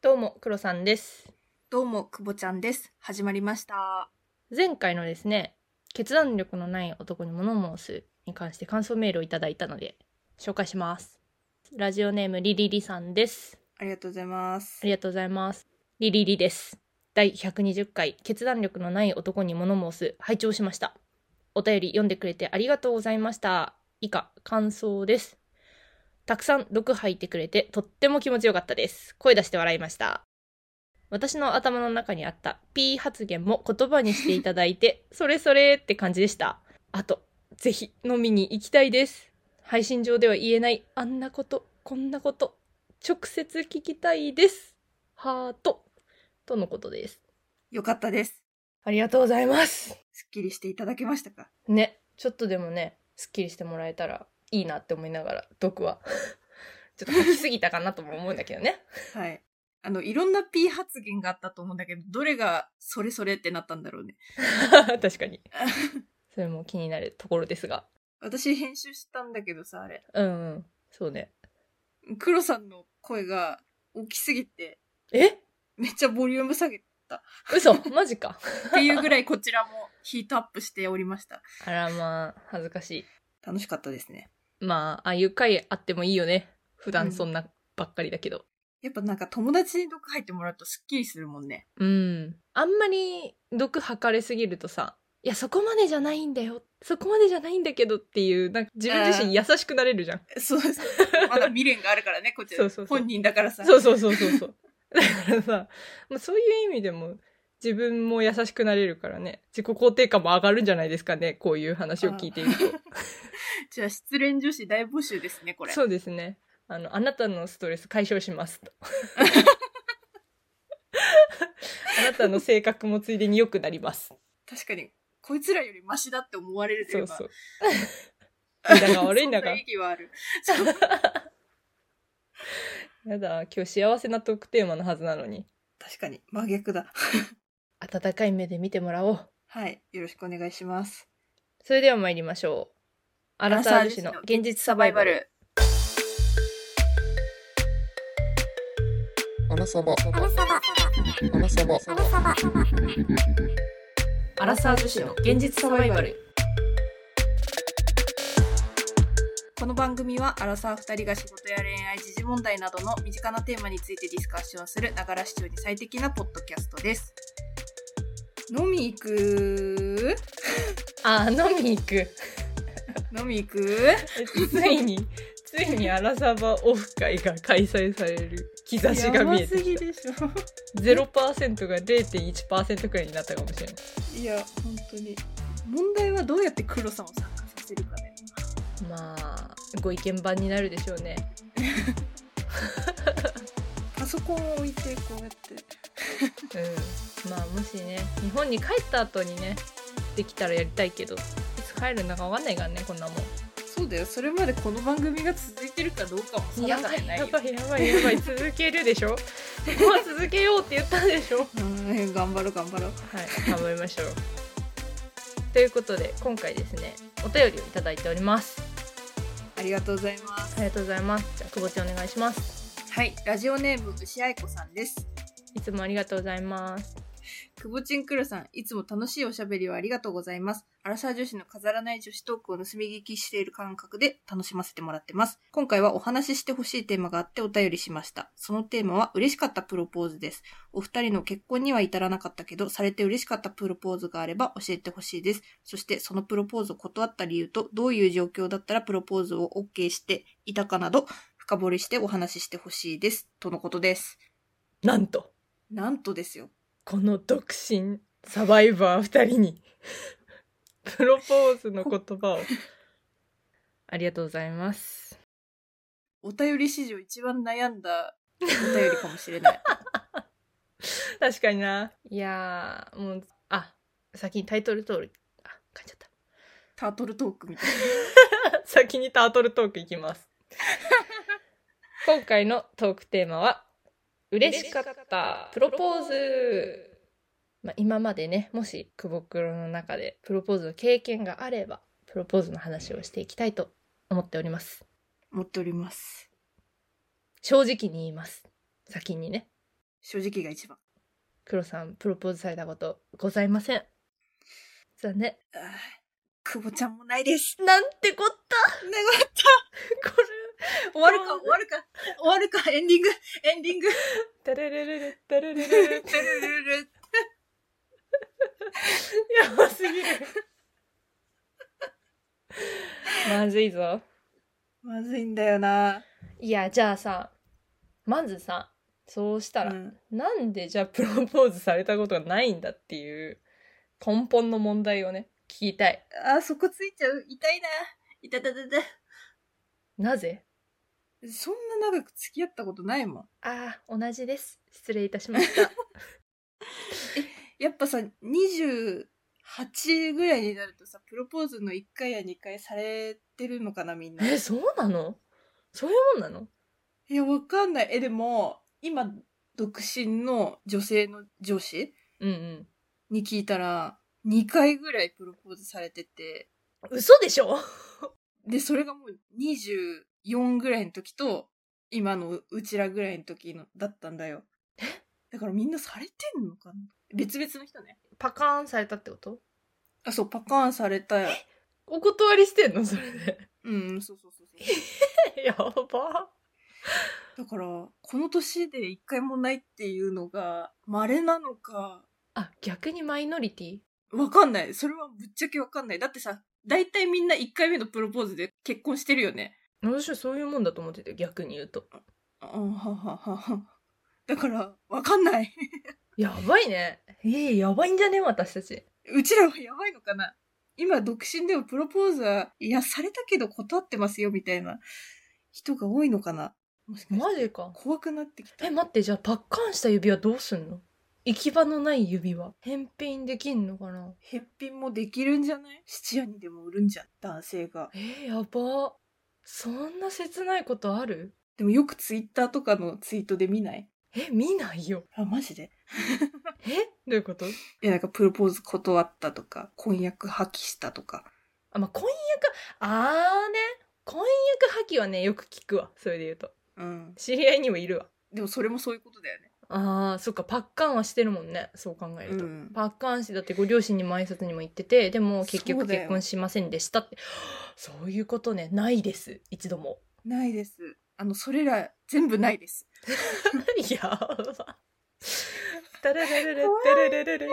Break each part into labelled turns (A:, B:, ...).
A: どうも、黒さんです。
B: どうも、くぼちゃんです。始まりました。
A: 前回のですね、決断力のない男に物申すに関して感想メールをいただいたので、紹介します。ラジオネームリリリさんです。
B: ありがとうございます
A: あ。りがとうございます。リリリです。第120回、決断力のない男に物申す、拝聴しました。お便り読んでくれてありがとうございました。以下、感想です。たくさん毒吐いてくれてとっても気持ちよかったです。声出して笑いました。私の頭の中にあったピー発言も言葉にしていただいて、 それそれって感じでした。あと、ぜひ飲みに行きたいです。配信上では言えないあんなこと、こんなこと、直接聞きたいです。ハート。とのことです。
B: よかったです。
A: ありがとうございます。
B: すっきりしていただけましたか
A: ね、ちょっとでもね、すっきりしてもらえたらいいなって思いながら、毒は。 ちょっと書きすぎたかなとも思うんだけどね。
B: はい。あの、いろんな P 発言があったと思うんだけど、どれがそれそれってなったんだろうね。
A: 確かに。それも気になるところですが。
B: 私編集したんだけどさ、あれ。
A: うん、うん、そうね。
B: 黒さんの声が大きすぎて、
A: え
B: めっちゃボリューム下げた。
A: 嘘マジか。
B: っていうぐらいこちらもヒートアップしておりました。
A: あらまあ、恥ずかしい。
B: 楽しかったですね。
A: まあ、ああいう回あってもいいよね。普段そんなばっかりだけど。
B: やっぱなんか友達に毒入ってもらうとすっきりするもんね。
A: うん。あんまり毒吐かれすぎるとさ、いや、そこまでじゃないんだよ。そこまでじゃないんだけどっていう、なんか自分自身優しくなれるじゃん。
B: そうそう。 まだ未練があるからね、こちら。
A: そうそうそう
B: 本人だからさ。
A: そうそうそうそうそう。だからさ、まあ、そういう意味でも自分も優しくなれるからね、自己肯定感も上がるんじゃないですかね、こういう話を聞いていると。
B: じゃあ失恋女子大募集ですね、これ。
A: そうですね。あの、あなたのストレス解消します と。あなたの性格もついでに良くなります。
B: 確かに、こいつらよりマシだって思われるとい
A: そうう
B: か。
A: そう う。みんなが悪いんだ
B: そん
A: か
B: な
A: ら
B: 意。義はある。 そう
A: やだ、今日幸せなトークテーマのはずなのに。
B: 確かに、真逆だ。
A: 温かい目で見てもらおう。
B: はい、よろしくお願いします。
A: それでは参りましょう。アラサー女子の現実サバイバル。。
C: アラサバ。アラサバ。アラサバ。
A: アラサー女子の現実サバイバル。
B: この番組は、アラサー二人が仕事や恋愛、時事問題などの身近なテーマについてディスカッションする、ながら視聴に最適なポッドキャストです。飲み行く
A: あ、飲みに行く。
B: 飲み行く
A: ついに、ついにアラサバオフ会が開催される兆しが見え
B: やば
A: て
B: すぎ
A: き
B: でしょ。
A: た。0%が0.1%くらいになったかもしれない。
B: いや、本当に。問題はどうやって黒さんを参加させるかね。
A: まあ、ご意見番になるでしょうね。
B: パソコンを置いて、こうやって。
A: うん。まあ、もしね、日本に帰った後にね、できたらやりたいけど、いつ帰るのかわかんないからね、こんなもん。
B: そうだよそれまでこの番組が続いてるかどうかも定かじゃないよ
A: いやばい やばい、続けるでしょそこは続けようって言ったでしょ
B: うん頑張ろう頑張ろう
A: はい、頑張りましょう。ということで、今回ですね、お便りをいただいております。
B: ありがとうございます
A: ありがとうございます。じゃあ、くぼちゃんお願いします。
B: はいラジオネーム牛愛子さんです
A: いつもありがとうございます。
B: くぼちんくるさんいつも楽しいおしゃべりをありがとうございますアラサー女子の飾らない女子トークを盗み聞きしている感覚で楽しませてもらってます今回はお話ししてほしいテーマがあってお便りしましたそのテーマは嬉しかったプロポーズですお二人の結婚には至らなかったけどされて嬉しかったプロポーズがあれば教えてほしいですそしてそのプロポーズを断った理由とどういう状況だったらプロポーズを OK していたかなど深掘りしてお話ししてほしいですとのことです
A: なんと、
B: なんとですよ
A: この独身サバイバー二人に、 プロポーズの言葉を。ありがとうございます。
B: お便り史上一番悩んだ お便りかもしれない。
A: 確かにな。いやー、もう、あ、先にタイトル通り、あ、噛んじゃった。
B: タートルトークみたい
A: 先にタートルトークいきます。 今回のトークテーマは、嬉しかったプロポーズ。まあ、今までね、もし久保黒の中でプロポーズの経験があれば、プロポーズの話をしていきたいと思っております。
B: な。持っております。
A: 正直に言います。先にね。
B: 正直が一番。
A: 黒さん、プロポーズされたことございません。残念。
B: あー久保ちゃんもな いです。
A: なんてこった
B: 願い
A: これ、終
B: 終わるか、 終わるか、終わるか、エンディング、エンディング。
A: タレレレレ、タレレレレ。
B: ルルルル
A: やばすぎる。まずいぞ。
B: まずいんだよな。
A: いや、じゃあさ、まずさ、そうしたら、
B: うん
A: なんでじゃあプロポーズされたことがないんだっていう根本の問題をね、聞きたい。
B: あー、そこついちゃう。痛いな。痛たたたた。
A: なぜ
B: そんな長く付き合ったことないもん。
A: ああ、同じです。失礼いたしました。
B: やっぱさ、28ぐらいになるとさ、プロポーズの1回や2回されてるのかな、みん な。
A: え、そうなのそういうもんなの
B: いや、わかんない。え、でも、今、独身の女性の上司
A: うんうん。
B: に聞いたら、2回ぐらいプロポーズされてて、
A: 嘘でしょ
B: で、それがもう24ぐらいの時と、今のうちらぐらいの時のだったんだよ。だからみんなされてんのかな別々の人ね。
A: パカーンされたってこと
B: あ、そう、パカーンされたよ。
A: お断りしてんのそれで。
B: うん、そうそうそうそう。
A: やば。
B: だから、この年で一回もないっていうのが、稀なのか、
A: あ、逆にマイノリティ
B: わかんない。それはぶっちゃけわかんない。だってさ、大体みんな一回目のプロポーズで結婚してるよね。
A: 私はそういうもんだと思ってて、逆に言うと。
B: うん、はははは。だから、わかんない。
A: やばいね。ええやばいんじゃね私たち。
B: うちらはやばいのかな今、独身でもプロポーズは、いや、されたけど断ってますよ、みたいな人が多いのかなもしかして
A: マジか。
B: 怖くなってきた。
A: え、待って、じゃあ、パッカンした指輪どうすんの行き場のない指輪。返品できんのかな
B: へっぴんもできるんじゃない質屋にでも売るんじゃん、男性が。
A: えー、やば。そんな切ないことある
B: でもよくツイッターとかのツイートで見ない
A: え、見ないよ。
B: あ、マジで
A: えどういうこと
B: いや、なんかプロポーズ断ったとか、婚約破棄したとか。
A: あ、まあ、婚約、あーね。婚約破棄はね、よく聞くわ。それで言うと。
B: うん。
A: 知り合いにもいるわ。
B: でもそれもそういうことだよね。
A: あー、そっか、パッカンはしてるもんね。そう考えると。
B: うん
A: パッカン氏だってご両親にも挨拶にも行ってて、でも結
B: そう
A: 局
B: だよ
A: 結婚しませんでしたって。そういうことね、ないです。一度も。
B: ないです。あの、それら全部ないです。
A: やば。タラレレレ、タラレレレ。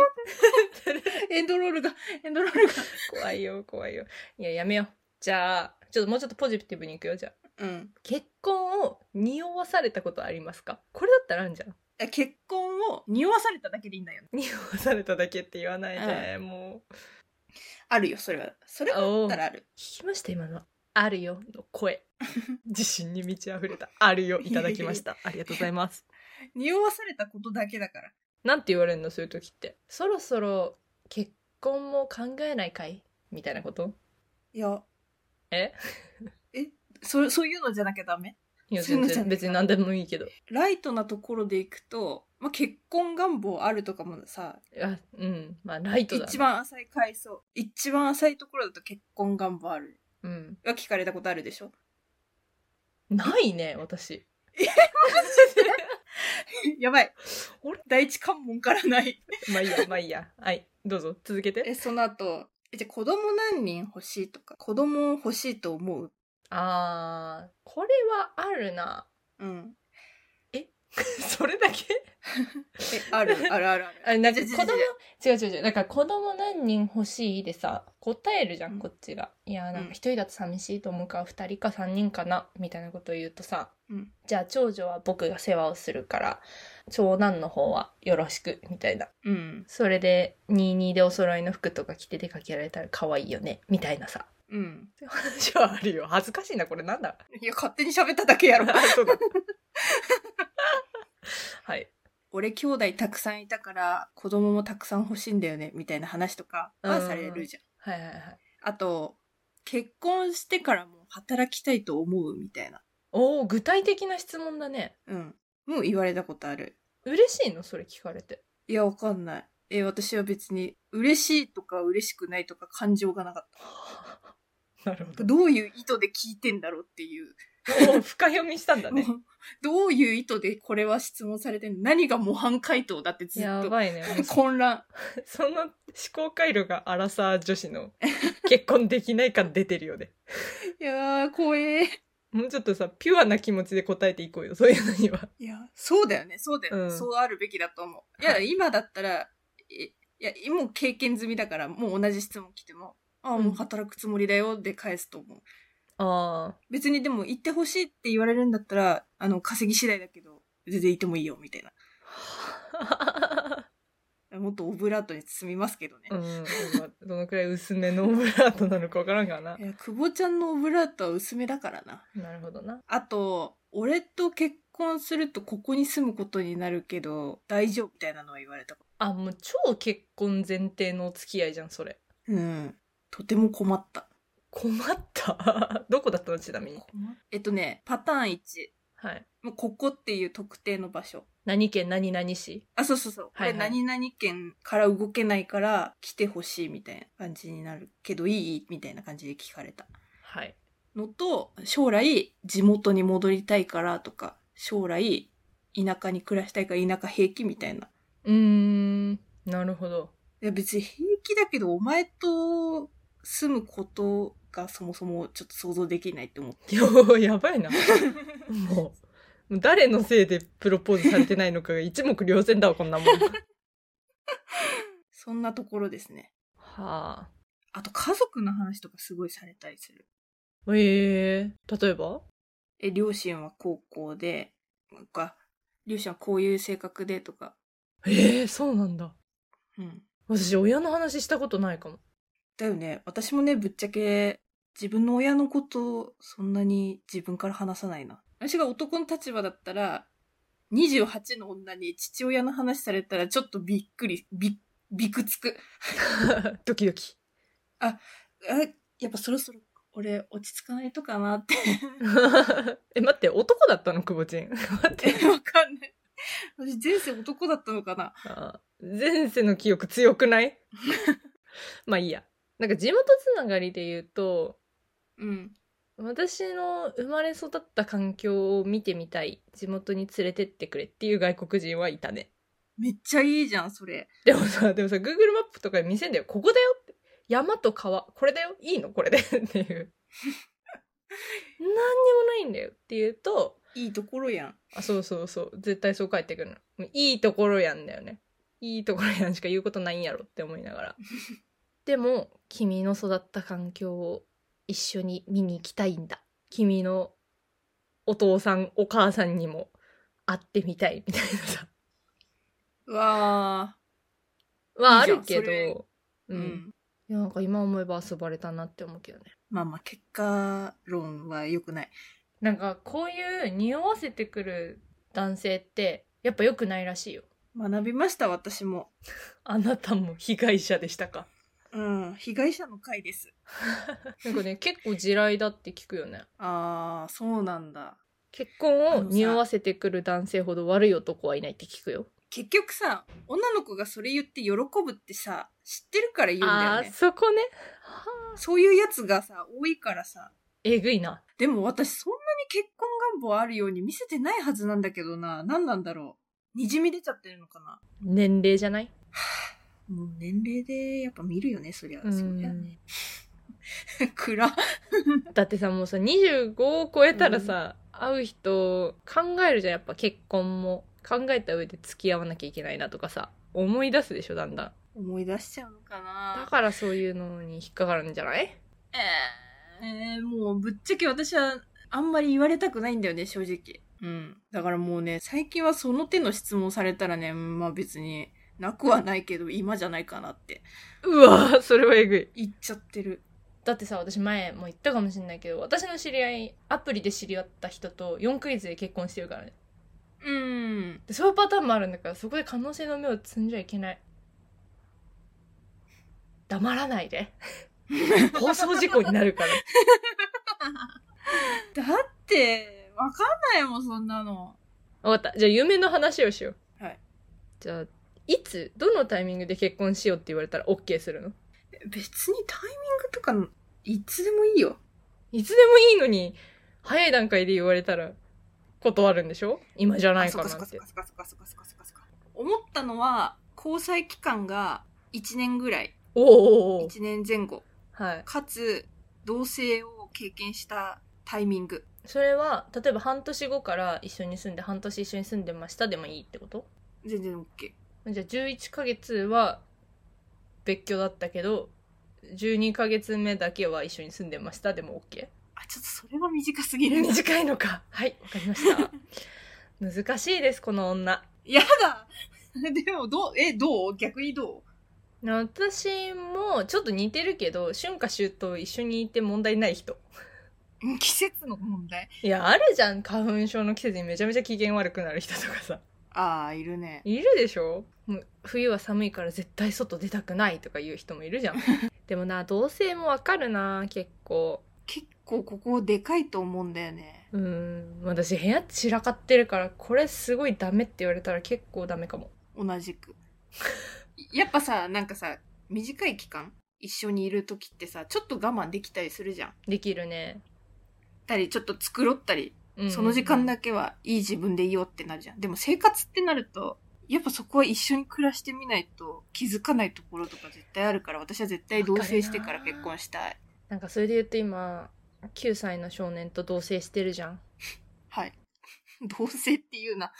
B: エンドロールが、エンドロー ルが。
A: 怖いよ、怖いよ。いや、やめよう。じゃあ、ちょっともうちょっとポジティブにいくよ、じゃあ。
B: うん。
A: 結婚を匂わされたことありますかこれだったらあるんじゃん。
B: え結婚を匂わされただけでいいんだよね。
A: 匂わされただけって言わないで、もう。
B: あるよ、それは。それは
A: おう
B: だったらある。
A: 聞きました、今のは。あるよ、の声。自信に満ち溢れた。あるよ、いただきました。ありがとうございます。
B: 匂わされたことだけだから。
A: なんて言われるの、そういう時って。そろそろ結婚も考えないかいみたいなこと
B: いや、
A: え
B: そ、そういうのじゃなきゃダメ。
A: いや
B: そういう
A: 全
B: のじゃ
A: 然
B: ない
A: 別に何でもいいけど
B: ライトなところでいくと、まあ、結婚願望あるとかもさ、
A: あうんまあライトだな
B: 一番浅い階層。一番浅いところだと結婚願望ある。
A: うん
B: は聞かれたことあるでしょ
A: ないね私
B: やばい
A: あれ。
B: 第一関門からない。
A: まあいいやまあいいやはいどうぞ続け
B: え、
A: て
B: その後、えじゃあ子供何人欲しいとか、子供欲しいと思う
A: あーこれはあるな
B: うん。
A: それだけ
B: え、あ る、あるあるある。
A: あなんか
B: 違う違う
A: 子供違う違う違うなんか子供何人欲しいでさ答えるじゃ
B: うんん
A: こっちがいやなん
B: うん
A: か一人だと寂しいと思うから二人か三人かなみたいなことを言うとさ
B: うん
A: じゃあ長女は僕が世話をするから長男の方はよろしくみたいな
B: うん。
A: それで22でお揃いの服とか着て出かけられたら可愛いよねみたいなさ
B: うん。
A: 話はあるよ恥ずかしいなこれなんだ
B: いや、勝手に喋っただけやろ。
A: そう だはい
B: 俺兄弟たくさんいたから、子供もたくさん欲しいんだよね、みたいな話とかはされるじゃん。
A: はいはいはい
B: あと、結婚してからも働きたいと思う、みたいな。
A: おお具体的な質問だね
B: うん。もう言われたことある。
A: 嬉しいのそれ聞かれて
B: いや、わかんない。え、私は別に、嬉しいとか嬉しくないとか感情がなかっ
A: なるほ
B: た。どういう意図で聞いてんだろうっていう。
A: もう深読みしたんだね。
B: もうどういう意図でこれは質問されてんの何が模範回答だってずっ
A: や
B: と
A: ばいね。
B: 混乱。
A: その思考回路がアラサー女子の結婚できない感出てるよね。
B: いやー、怖えー。
A: もうちょっとさ、ピュアな気持ちで答えていこうよ。そういうのには。
B: いや、そうだよね、そうだよね、
A: うん
B: そうあるべきだと思う。いや、
A: は
B: 今だったら、いいや、もう経験済みだから、もう同じ質問来ても、ああ、
A: うん
B: もう働くつもりだよで返すと思う。
A: あ
B: 別にでも行ってほしいって言われるんだったら、あの、稼ぎ次第だけど、全然行ってもいいよ、みたい
A: あ。
B: な。もっとオブラートに包みますけどね。。
A: うん。どのくらい薄めのオブラートなのかわからんからない
B: や、久保ちゃんのオブラートは薄めだからな。
A: なるほどな。
B: あと、俺と結婚するとここに住むことになるけど、大丈夫みたいなのは言われた。
A: あ、もう超結婚前提のお付き合いじゃん、それ。
B: うん。とても困った。
A: 困った。 どこだったのちなみに。
B: えっとね、パターン1。
A: はい。
B: もうここっていう特定の場所。
A: 何県何々市
B: あ、そうそうそう。こ
A: はい
B: れ
A: はい
B: 何々県から動けないから来てほしいみたいな感じになるけどいいみたいな感じで聞かれた。
A: はい。
B: のと、将来地元に戻りたいからとか、将来田舎に暮らしたいから田舎平気みたいな。
A: うーん。なるほど。
B: いや別に平気だけど、お前と住むことがそもそもちょっと想像できないって思って。
A: いや、やばいな。もう、もう誰のせいでプロポーズされてないのかが一目瞭然だわ、こんなもん。は
B: そんなところですね。
A: あ。
B: あと家族の話とかすごいされたりする。
A: ええ例えば
B: え、両親は高校で、なんか、両親はこういう性格でとか、
A: ええそうなんだ。
B: うん。
A: 私、親の話したことないかも。
B: だよね。私もね、ぶっちゃけ、自分の親のこと、そんなに自分から話さないな。私が男の立場だったら、28の女に父親の話されたら、ちょっとびっくり、び、びくつく。
A: ドキドキ。
B: あ、やっぱそろそろ、俺、落ち着かないとかなって。
A: え、待って、男だったの、くぼちん。待って。
B: えわかんない。私、前世男だったのかな
A: あ前世の記憶強くない まあいいや。なんか地元つながりで言うと、
B: うん。
A: 私の生まれ育った環境を見てみたい地元に連れてってくれっていう外国人はいたね
B: めっちゃいいじゃん、それ。
A: でもさでもさ Google マップとかで見せんだよここだよって山と川これだよいいのこれでっていう何にもないんだよっていうと
B: いいところやん。
A: あそうそうそう絶対そう帰ってくるのもういいところやんだよねいいところやんしか言うことないんやろって思いなが らでも君の育った環境を一緒に見に行きたいんだ君のお父さんお母さんにも会ってみたい みたいなさ
B: うわ
A: はあ
B: いいじゃん
A: るけ
B: それ
A: ど
B: ー
A: うん、いやなんか今思えば遊ばれたなって思うけどね
B: まあまあ、結果論は良くない。
A: なんかこういう匂わせてくる男性ってやっぱ良くないらしいよ
B: 学びました、私も。
A: あなたも被害者でしたか
B: うん、被害者の会です。
A: なんかね、結構地雷だって聞くよね。
B: あー、そうなんだ。
A: 結婚
B: あ
A: を
B: のさ
A: 匂わせてくる男性ほど悪い男はいないって聞くよ。
B: 結局さ、女の子がそれ言って喜ぶってさ、知ってるから言うんだ
A: あ
B: よ
A: ー
B: ね。
A: そこね。
B: そういうやつがさ、多いからさ。
A: えぐいな。
B: でも私そんなに結婚願望あるように見せてないはずなんだけどな。何なんだろう。にじみ出ちゃってるのかな。
A: 年齢じゃない
B: もう年齢でやっぱ見るよね、そりゃ。
A: うん
B: そうやね。 暗。
A: だってさ、もうさ、25を超えたらさ、会う人考えるじゃん。やっぱ結婚も。考えた上で付き合わなきゃいけないなとかさ、思い出すでしょ、だんだん。
B: 思い出しちゃうのかな。
A: だからそういうのに引っかかるんじゃない
B: えーもうぶっちゃけ私はあんまり言われたくないんだよね、正直。うん。だからもうね、最近はその手の質問されたらね、まあ別に、なくはないけど、今じゃないかなって。
A: うわーそれはえぐい。
B: 言っちゃってる。
A: だってさ私前も言ったかもしれないけど私の知り合いアプリで知り合った人と4クイズで結婚してるからね
B: うん。
A: でそういうパターンもあるんだからそこで可能性の芽を摘んじゃいけない黙らない で放送事故になるから
B: だって、わかんないもん、そんなの。
A: 分かったじゃあ夢の話をしよう
B: はい
A: じゃあいつどのタイミングで結婚しようって言われたら OK するの
B: 別にタイミングとか、いつでもいいよ。
A: いつでもいいのに早い段階で言われたら断るんでしょ今じゃないか
B: あ
A: な
B: そっ
A: っ
B: そ
A: て
B: っ。かそっかそっかそっかそっかそっか思ったのは交際期間が1年ぐらい
A: おおおお
B: 1年前後
A: はい。
B: かつ同棲を経験したタイミング
A: それは、例えば半年後から一緒に住んで、半年一緒に住んでましたでもいいってこと
B: 全然 OK
A: じゃあ11ヶ月は別居だったけど、12ヶ月目だけは一緒に住んでましたでも OK?
B: あちょっとそれは短すぎる
A: 短いのか。はい、わかりま した。難しいです、この女。
B: やだ でもどうえどう逆にど
A: 私もちょっと似てるけど、春夏秋冬一緒にいて問題ない人。
B: ううん季節の問題
A: いや、あるじゃん。花粉症の季節にめちゃめちゃ機嫌悪くなる人とかさ。
B: ああいるね
A: いるでしょもう冬は寒いから絶対外出たくないとか言う人もいるじ ゃん。でもな、同性もわかるな、結構。
B: 結構ここでかいと思うんだよね
A: うん。私部屋散らかってるから、これすごいダメって言われたら結構ダメかも。
B: 同じくやっぱさなんかさ短い期間一緒にいる時ってさちょっと我慢できたりするじゃん
A: できるね。
B: たりちょっと繕ったり
A: うん
B: その時間だけはいい自分でいようってなるじゃん。でも生活ってなると、やっぱそこは一緒に暮らしてみないと気づかないところとか絶対あるから、私は絶対同棲してから結婚したい。
A: なんかそれで言うと今、9歳の少年と同棲してるじゃん。
B: はい。同棲っていうな。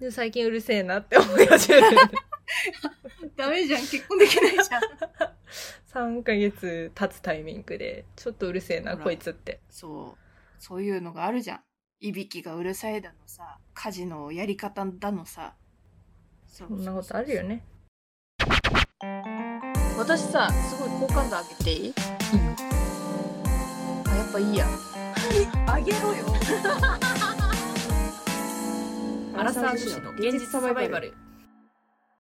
A: で、最近うるせえなって思い始 めてる。
B: ダメじゃん、結婚できないじゃん。
A: 3ヶ月経つタイミングで、ちょっとうるせえな、
B: ほら
A: こいつって。
B: そう。そういうのがあるじゃん。いびきがうるさいだのさ、家事のやり方だのさ。そ
A: そんなことあるよ
B: ね。
A: ね。
B: 私さ、すごい好感度上げていいあ、やっぱいい や。上げろよ。
A: アラサー女子の現実サバイバル。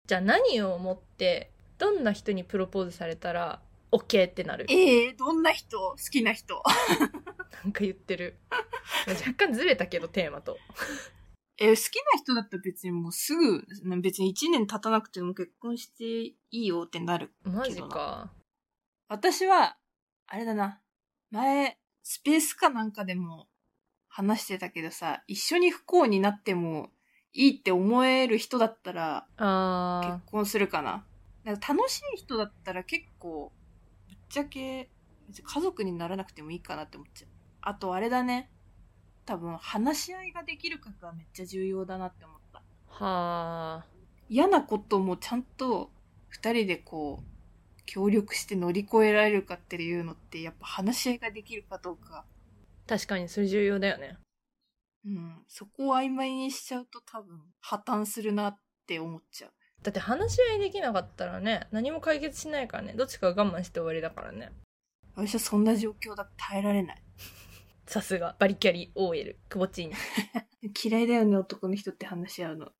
A: じゃあ何を思って、どんな人にプロポーズされたら、OK ってなる。
B: ええどんな人好きな人
A: なんか言ってる。若干ずれたけど、テーマと。
B: えー好きな人だったら別にもうすぐ、別に1年経たなくても結婚していいよってなる。
A: マジか。
B: 私は、あれだな。前、スペースかなんかでも話してたけどさ、一緒に不幸になってもいいって思える人だったら結
A: あ
B: 婚するかな。なんか楽しい人だったら結構、ぶっちゃけ、別に家族にならなくてもいいかなって思っちゃう。あとあれだね。多分話し合いができるかがめっちゃ重要だなって思った。
A: ー。はあ。
B: 嫌なこともちゃんと二人でこう、協力して乗り越えられるかっていうのって、やっぱ話し合いができるかどうか。
A: 確かにそれ重要だよね。
B: うん。そこを曖昧にしちゃうと多分破綻するなって思っちゃう。
A: だって話し合いできなかったらね、何も解決しないからね、どっちかが我慢して終わりだからね。
B: 私はそんな状況だと耐えられない。
A: さすが、バリキャリ OL、くぼちん。
B: 嫌いだよね、男の人って話し合 うの。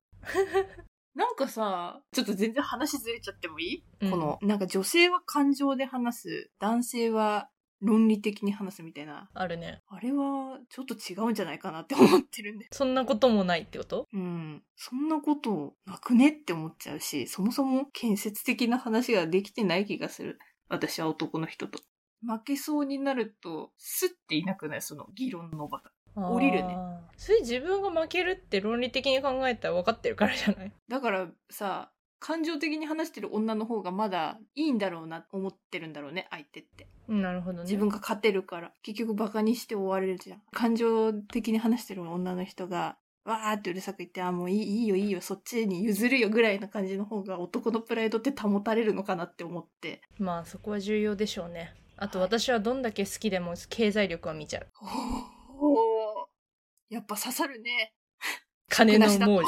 B: なんかさ、ちょっと全然話ずれちゃってもいい、
A: うん
B: この、なんか女性は感情で話す、男性は論理的に話すみたいな。
A: あるね。
B: あれは、ちょっと違うんじゃないかなって思ってるんで。
A: そんなこともないってこと
B: うん。そんなことなくねって思っちゃうし、そもそも建設的な話ができてない気がする。私は男の人と。負けそうになると、スッていなくないその議論の場が。降りるね
A: あー。それ自分が負けるって論理的に考えたら分かってるからじゃない
B: だからさ、感情的に話してる女の方がまだいいんだろうな、思ってるんだろうね、相手って。
A: なるほどね。
B: 自分が勝てるから。結局バカにして終われるじゃん。感情的に話してる女の人が、わーってうるさく言って、あ、もういいいいよいいよ、そっちに譲るよぐらいな感じの方が男のプライドって保たれるのかなって思って。
A: まあそこは重要でしょうね。あと私はどんだけ好きでも経済力は見ちゃう。
B: おー やっぱ刺さるね。
A: 金の亡者。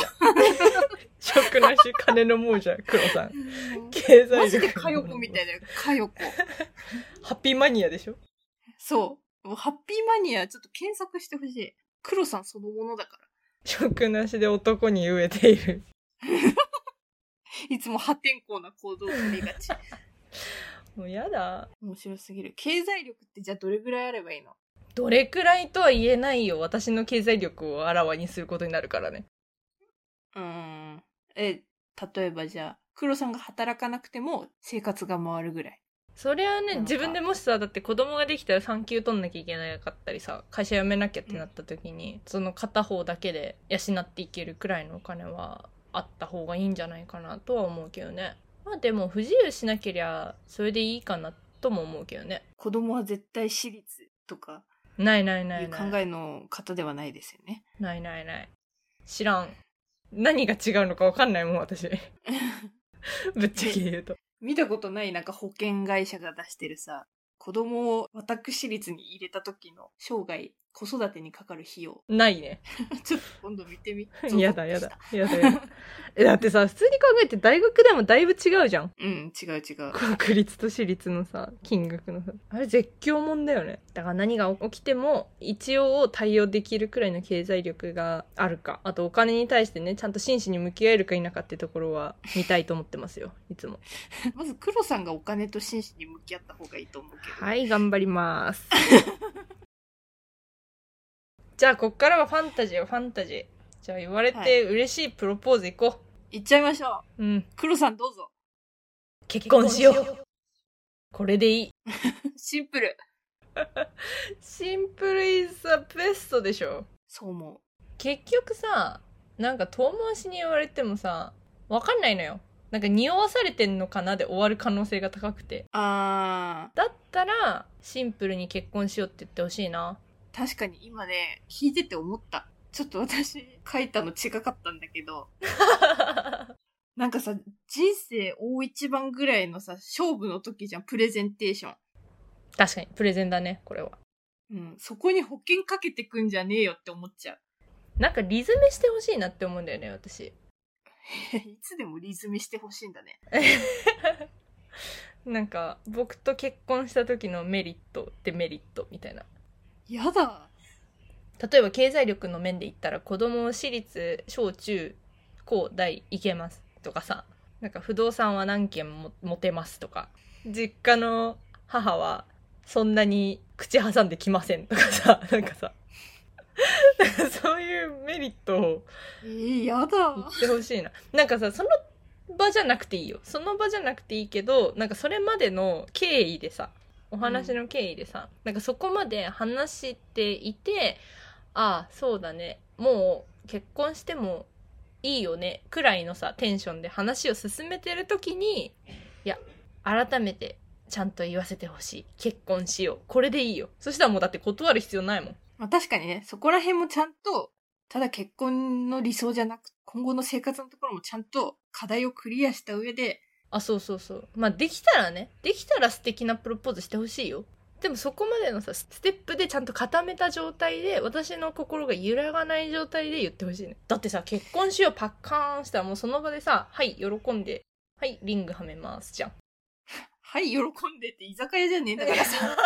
A: 食なし、金の亡者、黒さん。 経済力。
B: マ ジでかよこみたいだよ、かよこ。
A: ハッピーマニアでしょ
B: そう。もうハッピーマニア、ちょっと検索してほしい。黒さんそのものだから。
A: 食なしで男に飢えている。
B: いつも破天荒な行動を取りが ち。
A: もうやだ。
B: 面白すぎる。経済力ってじゃあどれぐらいあればいいの
A: どれくらいとは言えないよ。私の経済力をあらわにすることになるからね。
B: うーん。え、例えばじゃあ、黒さんが働かなくても生活が回るぐらい。
A: それはね
B: なんか
A: 自分でもしさだって子供ができたら産休取んなきゃいけなかったりさ会社辞めなきゃってなった時に、その片方だけで養っていけるくらいのお金はあった方がいいんじゃないかなとは思うけどねまあでも不自由しなけりゃそれでいいかなとも思うけどね
B: 子供は絶対私立とか
A: ないない
B: い
A: ないう
B: 考
A: ない
B: えの方ではないですよね。
A: ないないない知らん何が違うのか分かんないもん私 ぶっちゃけ言うと
B: 見たことないなんか保険会社が出してるさ、子供を私立に入れた時の生涯、子育てにかかる費用。
A: ないね。
B: ちょっと今度見てみ
A: やだやだ。やだやだ えだってさ普通に考えて大学でもだいぶ違うじゃん
B: うん、違う違う。
A: 国立と私立のさ金額のさあれ絶叫もんだよねだから何が起きても一応対応できるくらいの経済力があるかあとお金に対してねちゃんと真摯に向き合えるか否かってところは見たいと思ってますよいつも
B: まず黒さんがお金と真摯に向き合った方がいいと思うけど。
A: はい頑張ります じゃあこっからはファンタジーよファンタジーじゃあ言われ
B: は
A: て嬉しいプロポーズ行こ
B: 行っちゃいましょ
A: う、うん
B: う。黒さんどうぞ。
A: 結婚しようこれでいい
B: シンプル。
A: シンプルイズザベストでしょ
B: そう思
A: 結局さなんか遠回しに言われてもさわかんないのよなんか匂わされてんのかなで終わる可能性が高くて
B: う。あ
A: だったらシンプルに結婚しようって言ってほしいな
B: ー、確かに今ね、聞いてて思った。ちょっと私、書いたの違かったんだけど、なんかさ、人生大一番ぐらいのさ、勝負の時じゃん、プレゼンテーション。
A: 確かにプレゼンだねこれは
B: うん、そこに保険かけてくんじゃねえよって思っちゃう。
A: なんかリズメしてほしいなって思うんだよね私
B: いつでもリズミしてほしいんだね。
A: なんか僕と結婚した時のメリットデメリットみたいな
B: やだ。
A: 例えば経済力の面で言ったら子供を私立小中高大行けますとかさなんか不動産は何件も持てますとか実家の母はそんなに口挟んできませんとかさなんかさなんかそういうメリットを
B: えー、や
A: 言っ
B: だ。
A: てほしいななんかさその場じゃなくていいよその場じゃなくていいけどなんかそれまでの経緯でさお話の経緯でさ、なんかそこまで話していてああそうだねもう結婚してもいいよねくらいのさテンションで話を進めてる時にいや改めてちゃんと言わせてほしい結婚しようこれでいいよそしたらもうだって断る必要ないもん
B: まあ確かにね、そこら辺もちゃんと、ただ結婚の理想じゃなく、今後の生活のところもちゃんと課題をクリアした上で、
A: あそうそうそうまあできたらねできたら素敵なプロポーズしてほしいよでもそこまでのさステップでちゃんと固めた状態で私の心が揺らがない状態で言ってほしいねだってさ結婚しようパッカーンしたらもうその場でさはい喜んではいリングはめますじゃん
B: はい、喜んでって居酒屋じゃねえんだか らさ。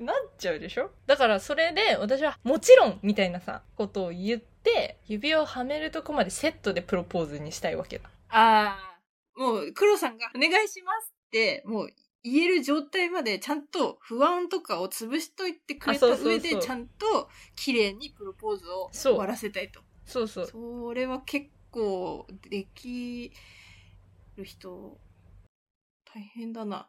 A: なっちゃうでしょだからそれで私はもちろんみたいなさことを言って指をはめるとこまでセットでプロポーズにしたいわけだ
B: ああ、もう、黒さんがお願いしますって、もう言える状態までちゃんと不安とかを潰しといてくれた
A: あそうそう
B: 上
A: そ
B: で、
A: う
B: ちゃんと綺麗にプロポーズを
A: そう
B: 終わらせたいと。
A: そうそう
B: それは結構できる人、大変だな。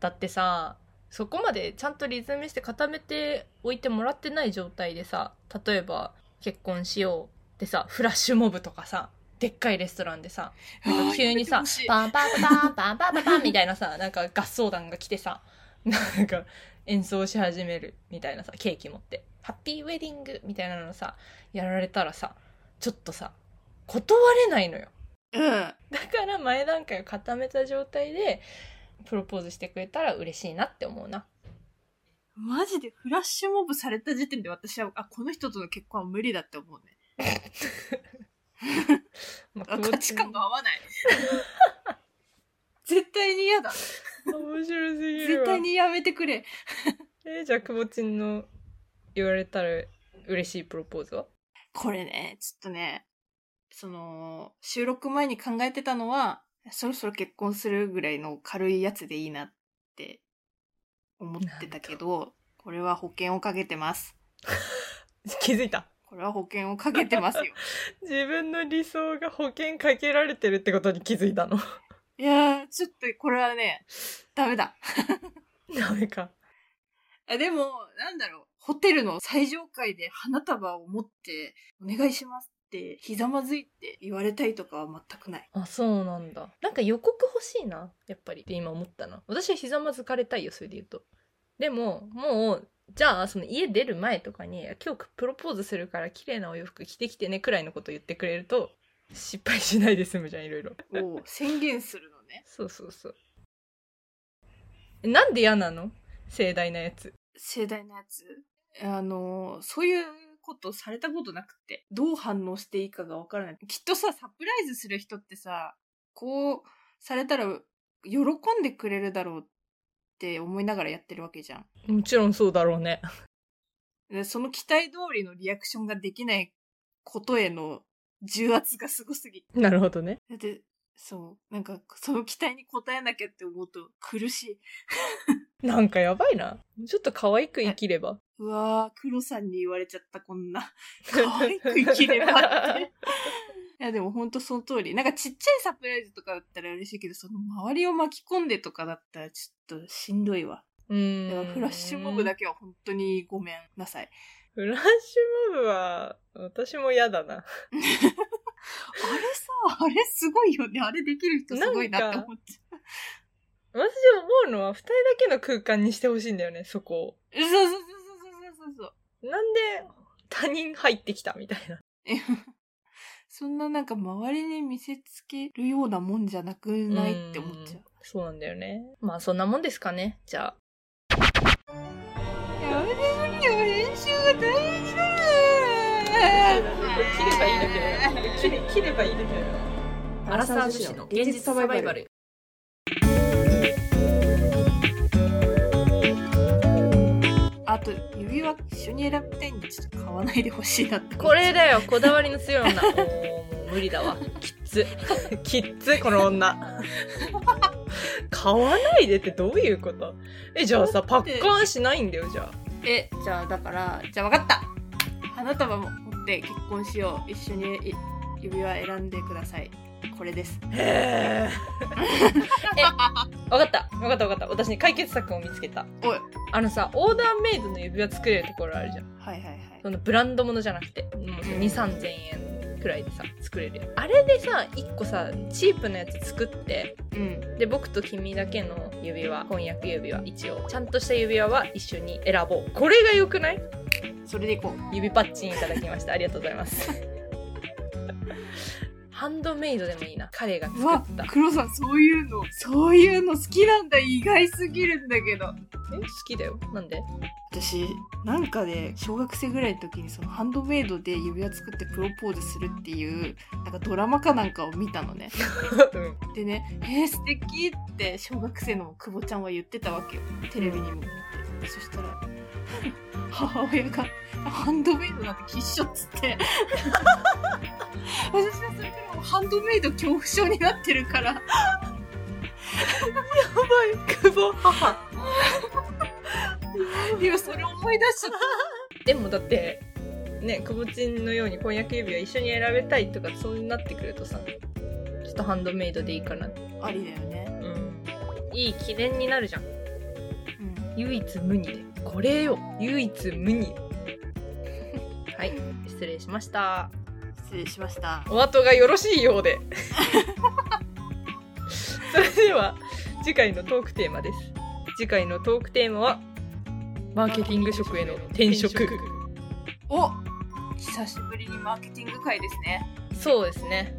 A: だってさそこまでちゃんとリズムして固めておいてもらってない状態でさ例えば結婚しようってさフラッシュモブとかさでっかいレストランでさなんか急にさ
B: あー、や
A: パンパンパンパンパンパンパンみたいなさなんか合奏団が来てさなんか演奏し始めるみたいなさケーキ持ってハッピーウェディングみたいなのさやられたらさちょっとさ断れないのよ
B: めてほしいうん。
A: だから前段階を固めた状態でプロポーズしてくれたら嬉しいなって思うな
B: マジでフラッシュモブされた時点で私は、あ、この人との結婚は無理だって思うね。
A: ま
B: あ価値観が合わない。 絶対に嫌だ。
A: 面白すぎるわ
B: 絶対にやめてくれ。
A: えーじゃあくぼちんの言われたら嬉しいプロポーズは
B: これね、ちょっとね、その、収録前に考えてたのは、そろそろ結婚するぐらいの軽いやつでいいなって思ってたけど、これは保険をかけてます。
A: 気づいた
B: これは保険をか けてますよ。
A: 自分の理想が保険かけられてるってことに気づいたの
B: いやー、ちょっとこれはね、ダメだ。
A: ダメか。
B: あでも、なんだろう、ホテルの最上階で花束を持って、お願いしますって、ひざまずいて言われたりとかは全くない。
A: あ、そうなんだ。なんか予告欲しいな、やっぱりって今思ったな。私はひざまずかれたいよ、それで言うと。でも、もう、じゃあ、その家出る前とかに、今日プロポーズするから綺麗なお洋服着てきてね、くらいのこと言ってくれると、失敗しないで済むじゃん、いろいろ。
B: を宣言するのね。
A: そうそうそう。えなんで嫌なの盛大なやつ。
B: 盛大なやつ。あの、そういうことされたことなくて、どう反応していいかがわからない。きっとさ、サプライズする人ってさ、こうされたら喜んでくれるだろうって思いながらやってるわけじゃん。
A: もちろんそうだろうね。
B: でその期待通りのリアクションができないことへの重圧がすごすぎて。
A: なるほどね。
B: だって、そう、なんか、その期待に応えなきゃって思うと苦しい。
A: なんかやばいな。ちょっと可愛く生きれば。
B: うわー、黒さんに言われちゃった、こんな。可愛く生きれば って。いや、でもほんとその通り。なんかちっちゃいサプライズとかだったら嬉しいけど、その周りを巻き込んでとかだったらちょっとしんどいわ。
A: うー
B: だ
A: ん
B: からフラッシュモブだけは本当にごめんなさい。
A: フラッシュモブは、私も嫌だな。
B: あれさ、あれすごいよね。あれできる人すごいなって思っちゃう。
A: 私思うのは、二人だけの空間にしてほしいんだよね、そこを。
B: そうそうそうそうそうそうそう。
A: なんで、他人入ってきたみたいな。
B: えそんななんか周りに見せつけるようなもんじゃなく ないって思っちゃう。
A: そうなんだよね。まあ、そんなもんですかね、じゃあ。
B: やめて無理よ練習が大変だ
A: これ切ればいいだけだよ。切れ切ればいいだけだよ。アラサー女子の現実サバイバル。
B: あと指輪一緒に選びたいんでちょっと買わないでほしいなって
A: これだよ、こだわりの強い女。おーもう無理だわ。きっつ。きっつ、この女。買わないでってどういうことえ、じゃあさ、パッカーンしないんだよ、じゃあ。
B: えじゃあだからじゃあ分かった花束も持って結婚しよう一緒にい指輪選んでくださいこれです
A: へえ。わかった、わかった、わかった。私ね、解決策を見つけた。
B: おいはい
A: あのさ、オーダーメイドの指輪作れるところあるじゃん。
B: はいはい
A: そのブランドものじゃなくて、もう2、3千円くらいでさ、作れるやつ。あれでさ、1個さ、チープなやつ作って、
B: うん
A: で、僕と君だけの指輪、婚約指輪、一応、ちゃんとした指輪は一緒に選ぼう。これが良くない
B: それでいこう
A: 指パッチンいただきました。ありがとうございます。 ハンドメイドでもいいな。彼が
B: う
A: 作
B: わ
A: った。
B: 黒さんそういうのそういうの好きなんだ意外すぎるんだけど
A: え好きだよなんで
B: 私なんかで小学生ぐらいの時にそのハンドメイドで指輪作ってプロポーズするっていうなんかドラマかなんかを見たのねでね「えー、素敵って小学生の久保ちゃんは言ってたわけよテレビにも、そしたら 母親がハンドメイドなんて必勝っつって 私はそれからもうハンドメイド恐怖症になってるから
A: やばい久保母
B: 今それ思い出しちゃった
A: でもだってね久保ちんのように婚約指輪一緒に選べたいとかそうなってくるとさちょっとハンドメイドでいいかな
B: ありだよね、
A: うんいい記念になるじゃん
B: うん、
A: 唯一無二でこれよ唯一無二 はい失礼しました
B: 失礼しました
A: お後がよろしいようで それでは次回のトークテーマです次回のトークテーマはマーケティング職への転職
B: お久しぶりにマーケティング会ですね
A: そうですね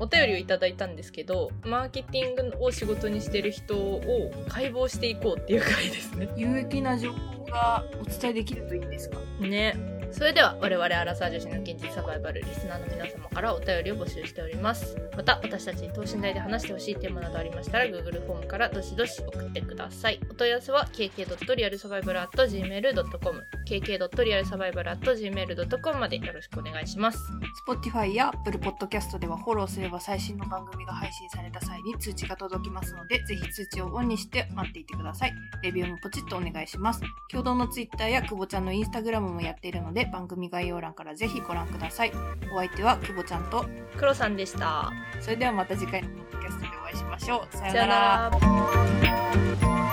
A: お便りをいただいたんですけどマーケティングを仕事にしてる人を解剖していこうっていう回ですね
B: 有益な情報がお伝えできるといいんですか
A: ねそれでは我々アラサー女子の現実サバイバルリスナーの皆様からお便りを募集しておりますまた私たちに等身大で話してほしいテーマなどありましたら Google フォームからどしどし送ってくださいお問い合わせは kk.realsurvival.gmail.com kk.realsurvival.gmail.com までよろしくお願いします
B: Spotify や Apple Podcast ではフォローすれば最新の番組が配信された際に通知が届きますのでぜひ通知をオンにして待っていてくださいレビューもポチッとお願いします共同の Twitter や久保ちゃんの Instagram もやっているので番組概要欄からぜひご覧くださいお相手は久保ちゃんと
A: 黒さんでした
B: それではまた次回のポッドキャストでお会いしましょうしましょう。さよ
A: さよ
B: な
A: な
B: ら
A: ら。